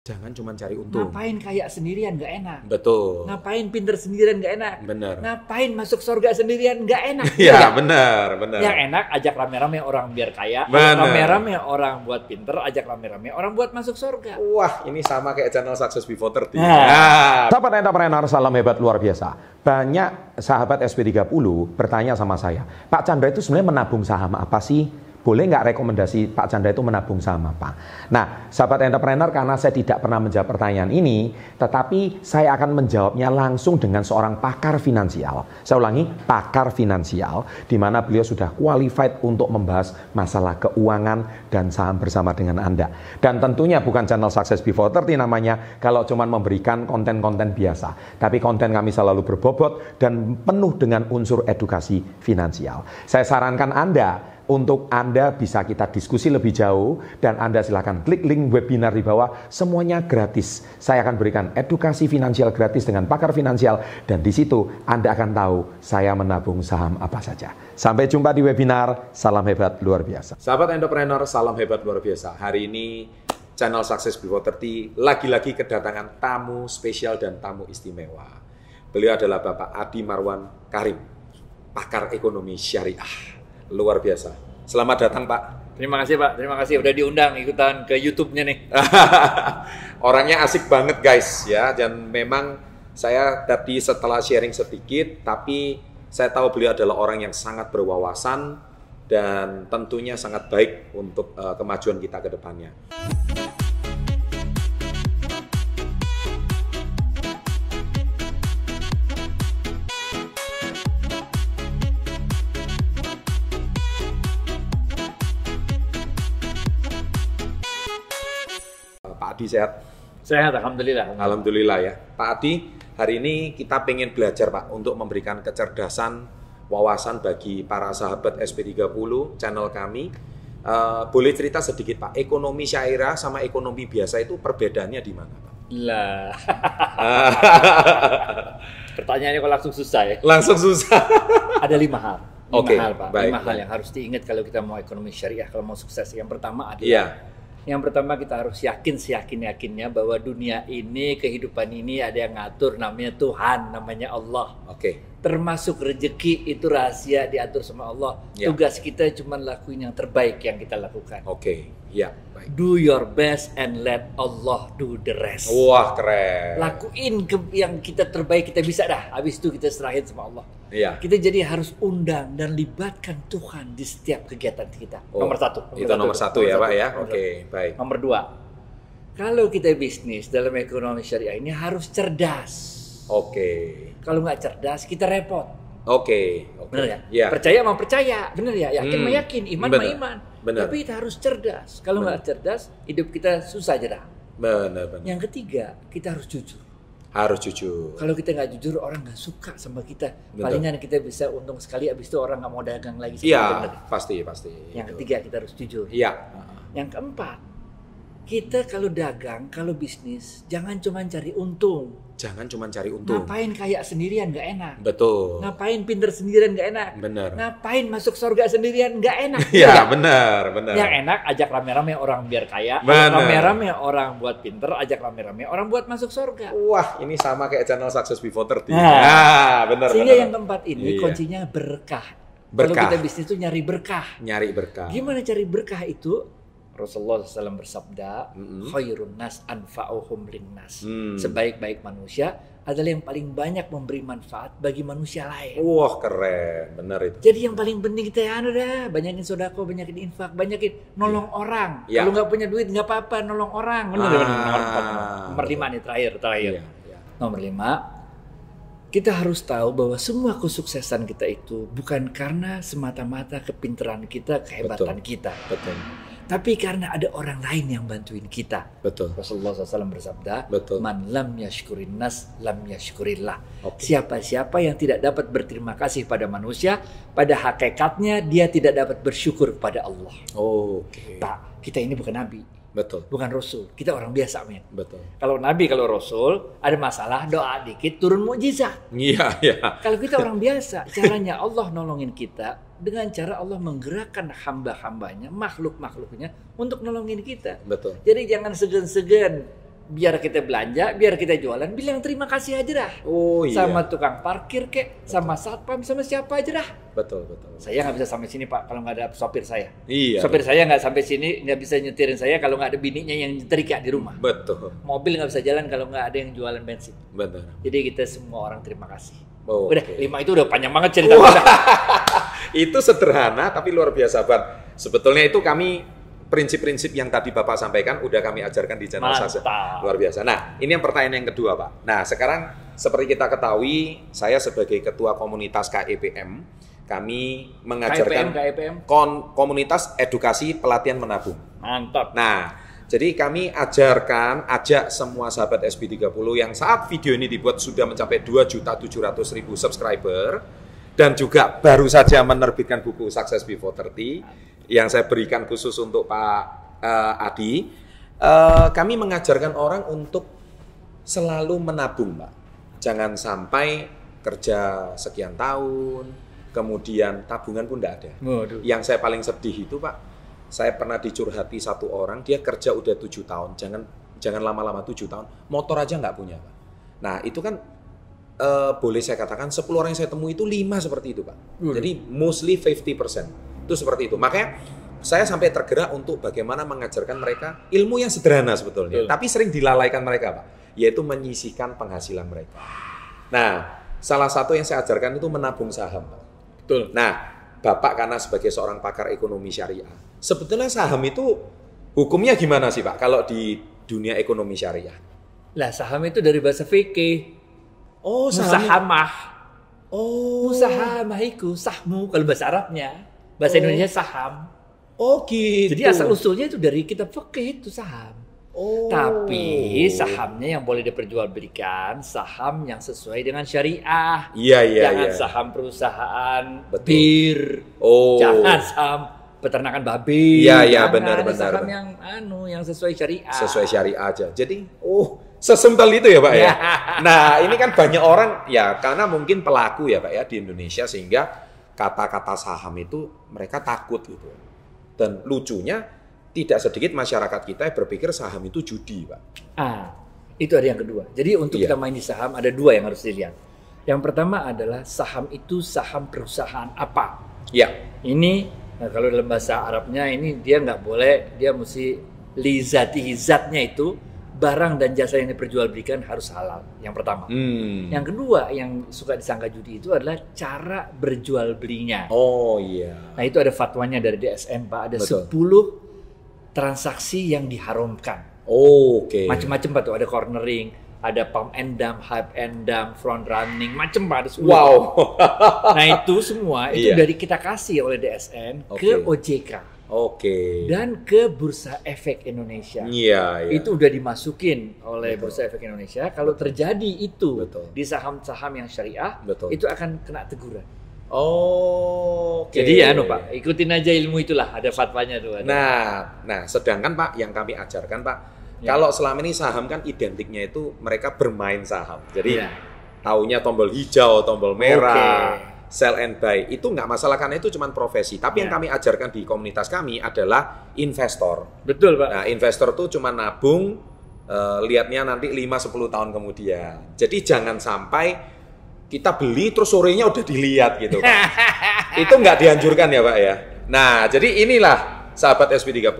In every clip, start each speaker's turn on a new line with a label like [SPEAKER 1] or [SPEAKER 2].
[SPEAKER 1] Jangan cuma cari untung.
[SPEAKER 2] Ngapain kayak sendirian nggak enak?
[SPEAKER 1] Betul.
[SPEAKER 2] Ngapain pinter sendirian nggak enak?
[SPEAKER 1] Benar.
[SPEAKER 2] Ngapain masuk surga sendirian nggak enak?
[SPEAKER 1] Iya,
[SPEAKER 2] Nggak?
[SPEAKER 1] benar, benar.
[SPEAKER 2] Yang enak ajak rame-rame orang biar kaya,
[SPEAKER 1] Benar.
[SPEAKER 2] ajak rame-rame orang buat pinter, ajak rame-rame orang buat masuk surga.
[SPEAKER 1] Wah, ini sama kayak channel Success Before 30.
[SPEAKER 2] Nah.
[SPEAKER 1] Sahabat entrepreneur, salam hebat luar biasa. Banyak sahabat SP30 bertanya sama saya, Pak Chandra itu sebenarnya menabung saham apa sih? Boleh nggak rekomendasi Pak Chandra itu menabung saham apa? Nah, sahabat entrepreneur, karena saya tidak pernah menjawab pertanyaan ini, tetapi saya akan menjawabnya langsung dengan seorang pakar finansial. Saya ulangi, pakar finansial, di mana beliau sudah qualified untuk membahas masalah keuangan dan saham bersama dengan Anda. Dan tentunya bukan channel Success Before 30 namanya, kalau cuman memberikan konten-konten biasa. Tapi konten kami selalu berbobot dan penuh dengan unsur edukasi finansial. Saya sarankan Anda untuk Anda bisa kita diskusi lebih jauh dan Anda silahkan klik link webinar di bawah semuanya gratis. Saya akan berikan edukasi finansial gratis dengan pakar finansial dan di situ Anda akan tahu saya menabung saham apa saja. Sampai jumpa di webinar. Salam hebat luar biasa. Sahabat entrepreneur, salam hebat luar biasa. Hari ini channel Success Before 30 lagi-lagi kedatangan tamu spesial dan tamu istimewa. Beliau adalah Bapak Adi Marwan Karim, pakar ekonomi syariah. Luar biasa. Selamat datang, Pak.
[SPEAKER 2] Terima kasih Pak, terima kasih udah diundang ikutan ke YouTube-nya nih.
[SPEAKER 1] Orangnya asik banget, guys, ya. Dan memang saya tadi setelah sharing sedikit, tapi saya tahu beliau adalah orang yang sangat berwawasan dan tentunya sangat baik untuk eh, kemajuan kita ke depannya. Eh, Pak Adi sehat.
[SPEAKER 2] Sehat, alhamdulillah.
[SPEAKER 1] Alhamdulillah ya. Pak Adi, hari ini kita pengen belajar Pak untuk memberikan kecerdasan, wawasan bagi para sahabat SP30 channel kami. Eh, boleh cerita sedikit Pak, ekonomi syairah sama ekonomi biasa itu perbedaannya di mana Pak?
[SPEAKER 2] Lah, pertanyaannya kok langsung susah ya.
[SPEAKER 1] Langsung susah.
[SPEAKER 2] Ada lima hal. Lima
[SPEAKER 1] Oke,
[SPEAKER 2] hal Pak,
[SPEAKER 1] baik,
[SPEAKER 2] lima hal
[SPEAKER 1] baik.
[SPEAKER 2] yang harus diingat kalau kita mau ekonomi syariah, kalau mau sukses. Yang pertama adalah
[SPEAKER 1] Iya,
[SPEAKER 2] Yang pertama kita harus yakin seyakin yakinnya bahwa dunia ini kehidupan ini ada yang ngatur namanya Tuhan namanya Allah
[SPEAKER 1] oke.
[SPEAKER 2] termasuk rezeki itu rahasia diatur sama Allah
[SPEAKER 1] Ya.
[SPEAKER 2] tugas kita cuma lakuin yang terbaik yang kita lakukan
[SPEAKER 1] Oke, iya, baik.
[SPEAKER 2] do your best and let Allah do the rest
[SPEAKER 1] Wah, keren.
[SPEAKER 2] lakuin ke- yang kita terbaik kita bisa dah habis itu kita serahin sama Allah
[SPEAKER 1] Iya.
[SPEAKER 2] kita jadi harus undang dan libatkan Tuhan di setiap kegiatan kita
[SPEAKER 1] Oh,
[SPEAKER 2] nomor satu
[SPEAKER 1] Itu nomor satu ya Pak ya.
[SPEAKER 2] nomor
[SPEAKER 1] Oke, baik.
[SPEAKER 2] Nomor dua, kalau kita bisnis dalam ekonomi syariah ini harus cerdas.
[SPEAKER 1] Oke.
[SPEAKER 2] Kalau nggak cerdas, kita repot.
[SPEAKER 1] Oke, oke.
[SPEAKER 2] Bener ya?
[SPEAKER 1] Iya.
[SPEAKER 2] Percaya mau percaya, bener ya? Yakin
[SPEAKER 1] Hmm.
[SPEAKER 2] mau yakin, iman
[SPEAKER 1] Bener.
[SPEAKER 2] mau iman.
[SPEAKER 1] Bener.
[SPEAKER 2] Tapi kita harus cerdas. Kalau nggak cerdas, hidup kita susah jera.
[SPEAKER 1] Benar, benar.
[SPEAKER 2] Yang ketiga, kita harus jujur.
[SPEAKER 1] Harus jujur.
[SPEAKER 2] Ya. Kalau kita nggak jujur, orang nggak suka sama kita.
[SPEAKER 1] Betul.
[SPEAKER 2] Palingan kita bisa untung sekali, abis itu orang nggak mau dagang lagi. sama
[SPEAKER 1] Iya,
[SPEAKER 2] kita.
[SPEAKER 1] pasti, pasti.
[SPEAKER 2] Yang
[SPEAKER 1] Itu.
[SPEAKER 2] ketiga, kita harus jujur.
[SPEAKER 1] Iya.
[SPEAKER 2] Yang keempat, kita kalau dagang, kalau bisnis, jangan cuma cari untung.
[SPEAKER 1] Jangan cuma cari untung.
[SPEAKER 2] Ngapain kayak sendirian nggak enak?
[SPEAKER 1] Betul.
[SPEAKER 2] Ngapain pinter sendirian nggak enak?
[SPEAKER 1] Benar.
[SPEAKER 2] Ngapain masuk surga sendirian nggak enak?
[SPEAKER 1] Iya, benar, benar.
[SPEAKER 2] Yang enak ajak rame-rame orang biar kaya,
[SPEAKER 1] Benar.
[SPEAKER 2] rame-rame orang buat pinter, ajak rame-rame orang buat masuk surga.
[SPEAKER 1] Wah, ini sama kayak channel Success Before 30.
[SPEAKER 2] Nah.
[SPEAKER 1] Nah, benar,
[SPEAKER 2] Sehingga
[SPEAKER 1] benar.
[SPEAKER 2] yang keempat ini
[SPEAKER 1] Iya.
[SPEAKER 2] kuncinya berkah. Kalau
[SPEAKER 1] Berkah. Nah.
[SPEAKER 2] kita bisnis itu nyari berkah.
[SPEAKER 1] Nyari berkah.
[SPEAKER 2] Gimana cari berkah itu? Rasulullah SAW bersabda,
[SPEAKER 1] Mm-mm.
[SPEAKER 2] khairun nas anfa'uhum linnas.
[SPEAKER 1] Hmm.
[SPEAKER 2] Sebaik-baik manusia adalah yang paling banyak memberi manfaat bagi manusia lain.
[SPEAKER 1] Wah, keren. Benar itu.
[SPEAKER 2] Jadi yang paling penting kita ya anu dah, banyakin sodako, banyakin infak, banyakin nolong orang.
[SPEAKER 1] Iya.
[SPEAKER 2] Kalau nggak punya duit nggak apa-apa, nolong orang.
[SPEAKER 1] Ah.
[SPEAKER 2] Benar, benar, benar. nomor, empat. nomor lima nih terakhir, terakhir.
[SPEAKER 1] Iya, iya.
[SPEAKER 2] Nomor lima, kita harus tahu bahwa semua kesuksesan kita itu bukan karena semata-mata kepintaran kita, kehebatan kita,
[SPEAKER 1] Betul.
[SPEAKER 2] tapi karena ada orang lain yang bantuin kita.
[SPEAKER 1] Betul.
[SPEAKER 2] Rasulullah SAW bersabda,
[SPEAKER 1] Betul.
[SPEAKER 2] "Man lam yashkurin nas, lam yashkurillah."
[SPEAKER 1] Oke.
[SPEAKER 2] Siapa-siapa yang tidak dapat berterima kasih pada manusia, pada hakikatnya dia tidak dapat bersyukur kepada Allah.
[SPEAKER 1] Oke.
[SPEAKER 2] Pak, kita ini bukan nabi,
[SPEAKER 1] Betul.
[SPEAKER 2] bukan rasul. Kita orang biasa, men.
[SPEAKER 1] Betul.
[SPEAKER 2] Kalau nabi, kalau rasul, ada masalah, doa dikit, turun mukjizat.
[SPEAKER 1] Iya, iya.
[SPEAKER 2] Kalau kita orang biasa, caranya Allah nolongin kita dengan cara Allah menggerakkan hamba-hambanya, makhluk-makhluknya untuk nolongin kita.
[SPEAKER 1] Betul.
[SPEAKER 2] Jadi jangan segan-segan biar kita belanja, biar kita jualan, bilang terima kasih aja dah.
[SPEAKER 1] Oh iya.
[SPEAKER 2] Sama tukang parkir kek, sama satpam, sama siapa aja dah.
[SPEAKER 1] Betul betul.
[SPEAKER 2] Saya nggak bisa sampai sini Pak kalau nggak ada sopir saya.
[SPEAKER 1] Iya.
[SPEAKER 2] Sopir saya nggak sampai sini, nggak bisa nyetirin saya kalau nggak ada bininya yang nyetrika di rumah.
[SPEAKER 1] Betul.
[SPEAKER 2] Mobil nggak bisa jalan kalau nggak ada yang jualan bensin.
[SPEAKER 1] Benar.
[SPEAKER 2] Jadi kita semua orang terima kasih.
[SPEAKER 1] Oh,
[SPEAKER 2] Udah,
[SPEAKER 1] oke.
[SPEAKER 2] lima itu udah panjang banget cerita kita.
[SPEAKER 1] Itu sederhana tapi luar biasa Ban. Sebetulnya itu kami prinsip-prinsip yang tadi Bapak sampaikan udah kami ajarkan di channel
[SPEAKER 2] Mantap.
[SPEAKER 1] Sasa. Luar biasa. Nah, ini yang pertanyaan yang kedua, Pak. Nah, sekarang seperti kita ketahui, saya sebagai ketua komunitas KEPM, kami
[SPEAKER 2] KIPM,
[SPEAKER 1] mengajarkan
[SPEAKER 2] KIPM.
[SPEAKER 1] kon- komunitas edukasi pelatihan menabung.
[SPEAKER 2] Mantap.
[SPEAKER 1] Nah, jadi kami ajarkan, ajak semua sahabat SB30 yang saat video ini dibuat sudah mencapai 2.700.000 subscriber dan juga baru saja menerbitkan buku Success Before 30 yang saya berikan khusus untuk Pak eh, Adi. Eh, kami mengajarkan orang untuk selalu menabung, Mbak. Jangan sampai kerja sekian tahun, kemudian tabungan pun tidak ada.
[SPEAKER 2] Waduh.
[SPEAKER 1] Yang saya paling sedih itu Pak, saya pernah dicurhati satu orang, dia kerja udah tujuh tahun, jangan jangan lama-lama tujuh tahun, motor aja nggak punya Pak. Nah itu kan eh, boleh saya katakan 10 orang yang saya temui itu lima seperti itu Pak.
[SPEAKER 2] Waduh.
[SPEAKER 1] Jadi mostly 50% itu seperti itu. Makanya saya sampai tergerak untuk bagaimana mengajarkan mereka ilmu yang sederhana sebetulnya,
[SPEAKER 2] Betul.
[SPEAKER 1] tapi sering dilalaikan mereka Pak, yaitu menyisihkan penghasilan mereka. Nah, salah satu yang saya ajarkan itu menabung saham Pak.
[SPEAKER 2] Betul.
[SPEAKER 1] Nah, Bapak karena sebagai seorang pakar ekonomi syariah, sebetulnya saham itu hukumnya gimana sih Pak kalau di dunia ekonomi syariah?
[SPEAKER 2] Lah saham itu dari bahasa fikih.
[SPEAKER 1] Oh,
[SPEAKER 2] Musahamah.
[SPEAKER 1] Oh,
[SPEAKER 2] Musahamah itu sahmu kalau bahasa Arabnya. Bahasa
[SPEAKER 1] Oh.
[SPEAKER 2] Indonesia saham.
[SPEAKER 1] Oh, gitu.
[SPEAKER 2] Jadi asal usulnya itu dari kitab fikih itu saham.
[SPEAKER 1] Oh.
[SPEAKER 2] Tapi sahamnya yang boleh diperjualbelikan saham yang sesuai dengan syariah.
[SPEAKER 1] Iya, iya,
[SPEAKER 2] jangan
[SPEAKER 1] iya.
[SPEAKER 2] saham perusahaan
[SPEAKER 1] Betul.
[SPEAKER 2] bir,
[SPEAKER 1] Oh.
[SPEAKER 2] jangan saham peternakan babi.
[SPEAKER 1] Iya, iya,
[SPEAKER 2] Jangan,
[SPEAKER 1] benar,
[SPEAKER 2] ada
[SPEAKER 1] benar,
[SPEAKER 2] Saham
[SPEAKER 1] benar.
[SPEAKER 2] yang anu yang sesuai syariah.
[SPEAKER 1] sesuai syariah aja. Jadi, oh, sesempel itu ya Pak ya.
[SPEAKER 2] Ya.
[SPEAKER 1] Nah, ini kan banyak orang ya karena mungkin pelaku ya Pak ya di Indonesia sehingga kata-kata saham itu mereka takut gitu. Dan lucunya tidak sedikit masyarakat kita yang berpikir saham itu judi, Pak.
[SPEAKER 2] Ah, itu ada yang kedua. Jadi untuk
[SPEAKER 1] Iya.
[SPEAKER 2] kita main di saham ada dua yang harus dilihat. Yang pertama adalah saham itu saham perusahaan apa.
[SPEAKER 1] Ya,
[SPEAKER 2] Ini nah, kalau dalam bahasa Arabnya ini dia nggak boleh, dia mesti lizati zatnya itu barang dan jasa yang diperjualbelikan harus halal. Yang pertama.
[SPEAKER 1] Hmm.
[SPEAKER 2] Yang kedua yang suka disangka judi itu adalah cara berjual belinya.
[SPEAKER 1] Oh iya.
[SPEAKER 2] Nah itu ada fatwanya dari DSM Pak, ada
[SPEAKER 1] Betul.
[SPEAKER 2] 10 transaksi yang diharamkan
[SPEAKER 1] Oke.
[SPEAKER 2] macem-macem pak tuh ada cornering ada pump and dump hype and dump front running macem pak ada sepuluh.
[SPEAKER 1] Wow.
[SPEAKER 2] nah itu semua itu
[SPEAKER 1] Iya.
[SPEAKER 2] dari kita kasih oleh DSN
[SPEAKER 1] Oke.
[SPEAKER 2] ke OJK
[SPEAKER 1] Oke.
[SPEAKER 2] dan ke Bursa Efek Indonesia
[SPEAKER 1] Iya, iya.
[SPEAKER 2] itu udah dimasukin oleh
[SPEAKER 1] Betul.
[SPEAKER 2] Bursa Efek Indonesia kalau terjadi itu
[SPEAKER 1] Betul.
[SPEAKER 2] di saham-saham yang syariah
[SPEAKER 1] betul.
[SPEAKER 2] itu akan kena teguran
[SPEAKER 1] Oh. oke.
[SPEAKER 2] jadi ya anu pak ikutin aja ilmu itulah ada fatwanya tuh ada.
[SPEAKER 1] Nah, nah sedangkan Pak yang kami ajarkan Pak,
[SPEAKER 2] Ya.
[SPEAKER 1] kalau selama ini saham kan identiknya itu mereka bermain saham. Jadi
[SPEAKER 2] Iya.
[SPEAKER 1] taunya tombol hijau, tombol merah,
[SPEAKER 2] Oke.
[SPEAKER 1] sell and buy itu nggak masalah karena itu cuma profesi. Tapi yang
[SPEAKER 2] Ya.
[SPEAKER 1] kami ajarkan di komunitas kami adalah investor.
[SPEAKER 2] betul pak
[SPEAKER 1] Nah, investor tuh cuma nabung eh, lihatnya nanti 5 10 tahun kemudian. Jadi jangan sampai kita beli terus sorenya udah dilihat gitu. Pak.
[SPEAKER 2] Eh.
[SPEAKER 1] Itu nggak dianjurkan ya, Pak ya. Nah, jadi inilah sahabat SP30,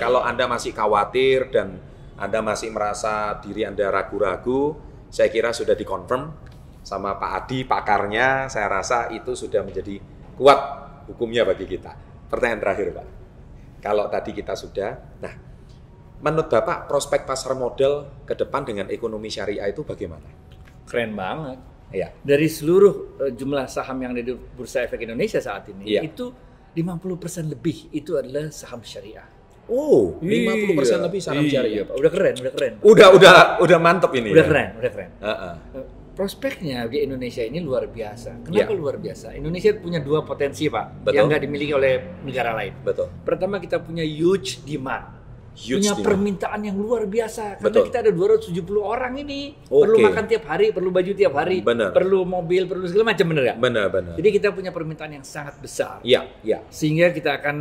[SPEAKER 1] kalau Anda masih khawatir dan Anda masih merasa diri Anda ragu-ragu, saya kira sudah dikonfirm sama Pak Adi pakarnya, saya rasa itu sudah menjadi kuat hukumnya bagi kita. Pertanyaan terakhir, Pak. Kalau tadi kita sudah, nah menurut Bapak prospek pasar modal ke depan dengan ekonomi syariah itu bagaimana?
[SPEAKER 2] keren banget
[SPEAKER 1] Iya.
[SPEAKER 2] dari seluruh eh, jumlah saham yang ada di Bursa Efek Indonesia saat ini
[SPEAKER 1] Iya.
[SPEAKER 2] itu 50% lebih itu adalah saham syariah.
[SPEAKER 1] Oh, 50% lebih saham
[SPEAKER 2] Iya,
[SPEAKER 1] syariah.
[SPEAKER 2] Pak. Udah keren, udah keren. Pak.
[SPEAKER 1] Udah udah udah mantep ini.
[SPEAKER 2] Udah
[SPEAKER 1] ya?
[SPEAKER 2] keren, udah keren.
[SPEAKER 1] Heeh.
[SPEAKER 2] Eh, Prospeknya di Indonesia ini luar biasa. Kenapa
[SPEAKER 1] Iya.
[SPEAKER 2] luar biasa? Indonesia punya dua potensi, Pak,
[SPEAKER 1] Betul.
[SPEAKER 2] yang nggak dimiliki oleh negara lain.
[SPEAKER 1] Betul.
[SPEAKER 2] Pertama kita punya huge demand.
[SPEAKER 1] Huge
[SPEAKER 2] punya
[SPEAKER 1] demand.
[SPEAKER 2] permintaan yang luar biasa karena
[SPEAKER 1] Betul.
[SPEAKER 2] kita ada 270 orang ini
[SPEAKER 1] Oke.
[SPEAKER 2] perlu makan tiap hari perlu baju tiap hari
[SPEAKER 1] Benar.
[SPEAKER 2] perlu mobil perlu segala macam bener ya
[SPEAKER 1] Benar benar.
[SPEAKER 2] Jadi kita punya permintaan yang sangat besar.
[SPEAKER 1] Iya, iya.
[SPEAKER 2] Sehingga kita akan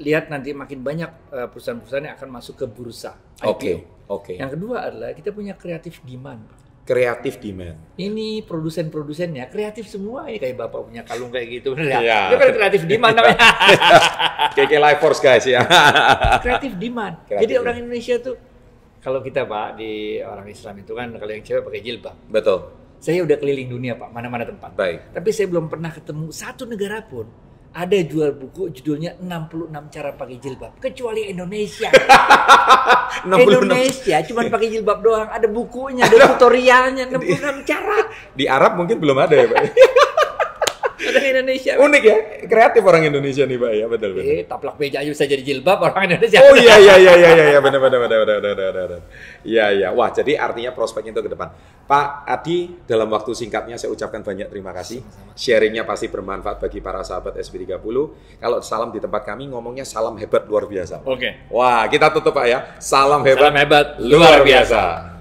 [SPEAKER 2] lihat nanti makin banyak eh, perusahaan-perusahaan yang akan masuk ke bursa IPO.
[SPEAKER 1] Oke. Oke.
[SPEAKER 2] Yang kedua adalah kita punya kreatif demand. Pak.
[SPEAKER 1] Kreatif demand.
[SPEAKER 2] Ini produsen-produsennya kreatif semua ini kayak bapak punya kalung kayak gitu
[SPEAKER 1] Iya.
[SPEAKER 2] bener ya. Itu kan kreatif demand namanya. Ah,
[SPEAKER 1] KK Life Force guys ya.
[SPEAKER 2] kreatif demand.
[SPEAKER 1] Kreatif
[SPEAKER 2] Jadi
[SPEAKER 1] demand.
[SPEAKER 2] orang Indonesia tuh kalau kita Pak di orang Islam itu kan kalau yang cewek pakai jilbab.
[SPEAKER 1] Betul.
[SPEAKER 2] Saya udah keliling dunia Pak, mana-mana tempat.
[SPEAKER 1] Baik.
[SPEAKER 2] Tapi saya belum pernah ketemu satu negara pun ada jual buku judulnya 66 cara pakai jilbab kecuali Indonesia.
[SPEAKER 1] 66.
[SPEAKER 2] Ah, Indonesia cuma pakai jilbab doang, ada bukunya, ada tutorialnya 66 cara.
[SPEAKER 1] Di Arab mungkin belum ada ya, Pak.
[SPEAKER 2] Ada di Indonesia.
[SPEAKER 1] Unik ya, kreatif orang Indonesia nih, Pak ya. Betul, betul.
[SPEAKER 2] Eh, taplak meja aja bisa jadi jilbab orang Indonesia.
[SPEAKER 1] Oh iya iya iya iya iya iya benar benar benar benar benar benar, benar. Iya iya. Wah, jadi artinya prospeknya itu ke depan. Pak Adi, dalam waktu singkatnya saya ucapkan banyak terima kasih. Sharingnya pasti bermanfaat bagi para sahabat SB30. Kalau salam di tempat kami ngomongnya salam hebat luar biasa.
[SPEAKER 2] Oke.
[SPEAKER 1] Wah, kita tutup Pak ya. Oh. Salam hebat,
[SPEAKER 2] Salam hebat
[SPEAKER 1] luar biasa.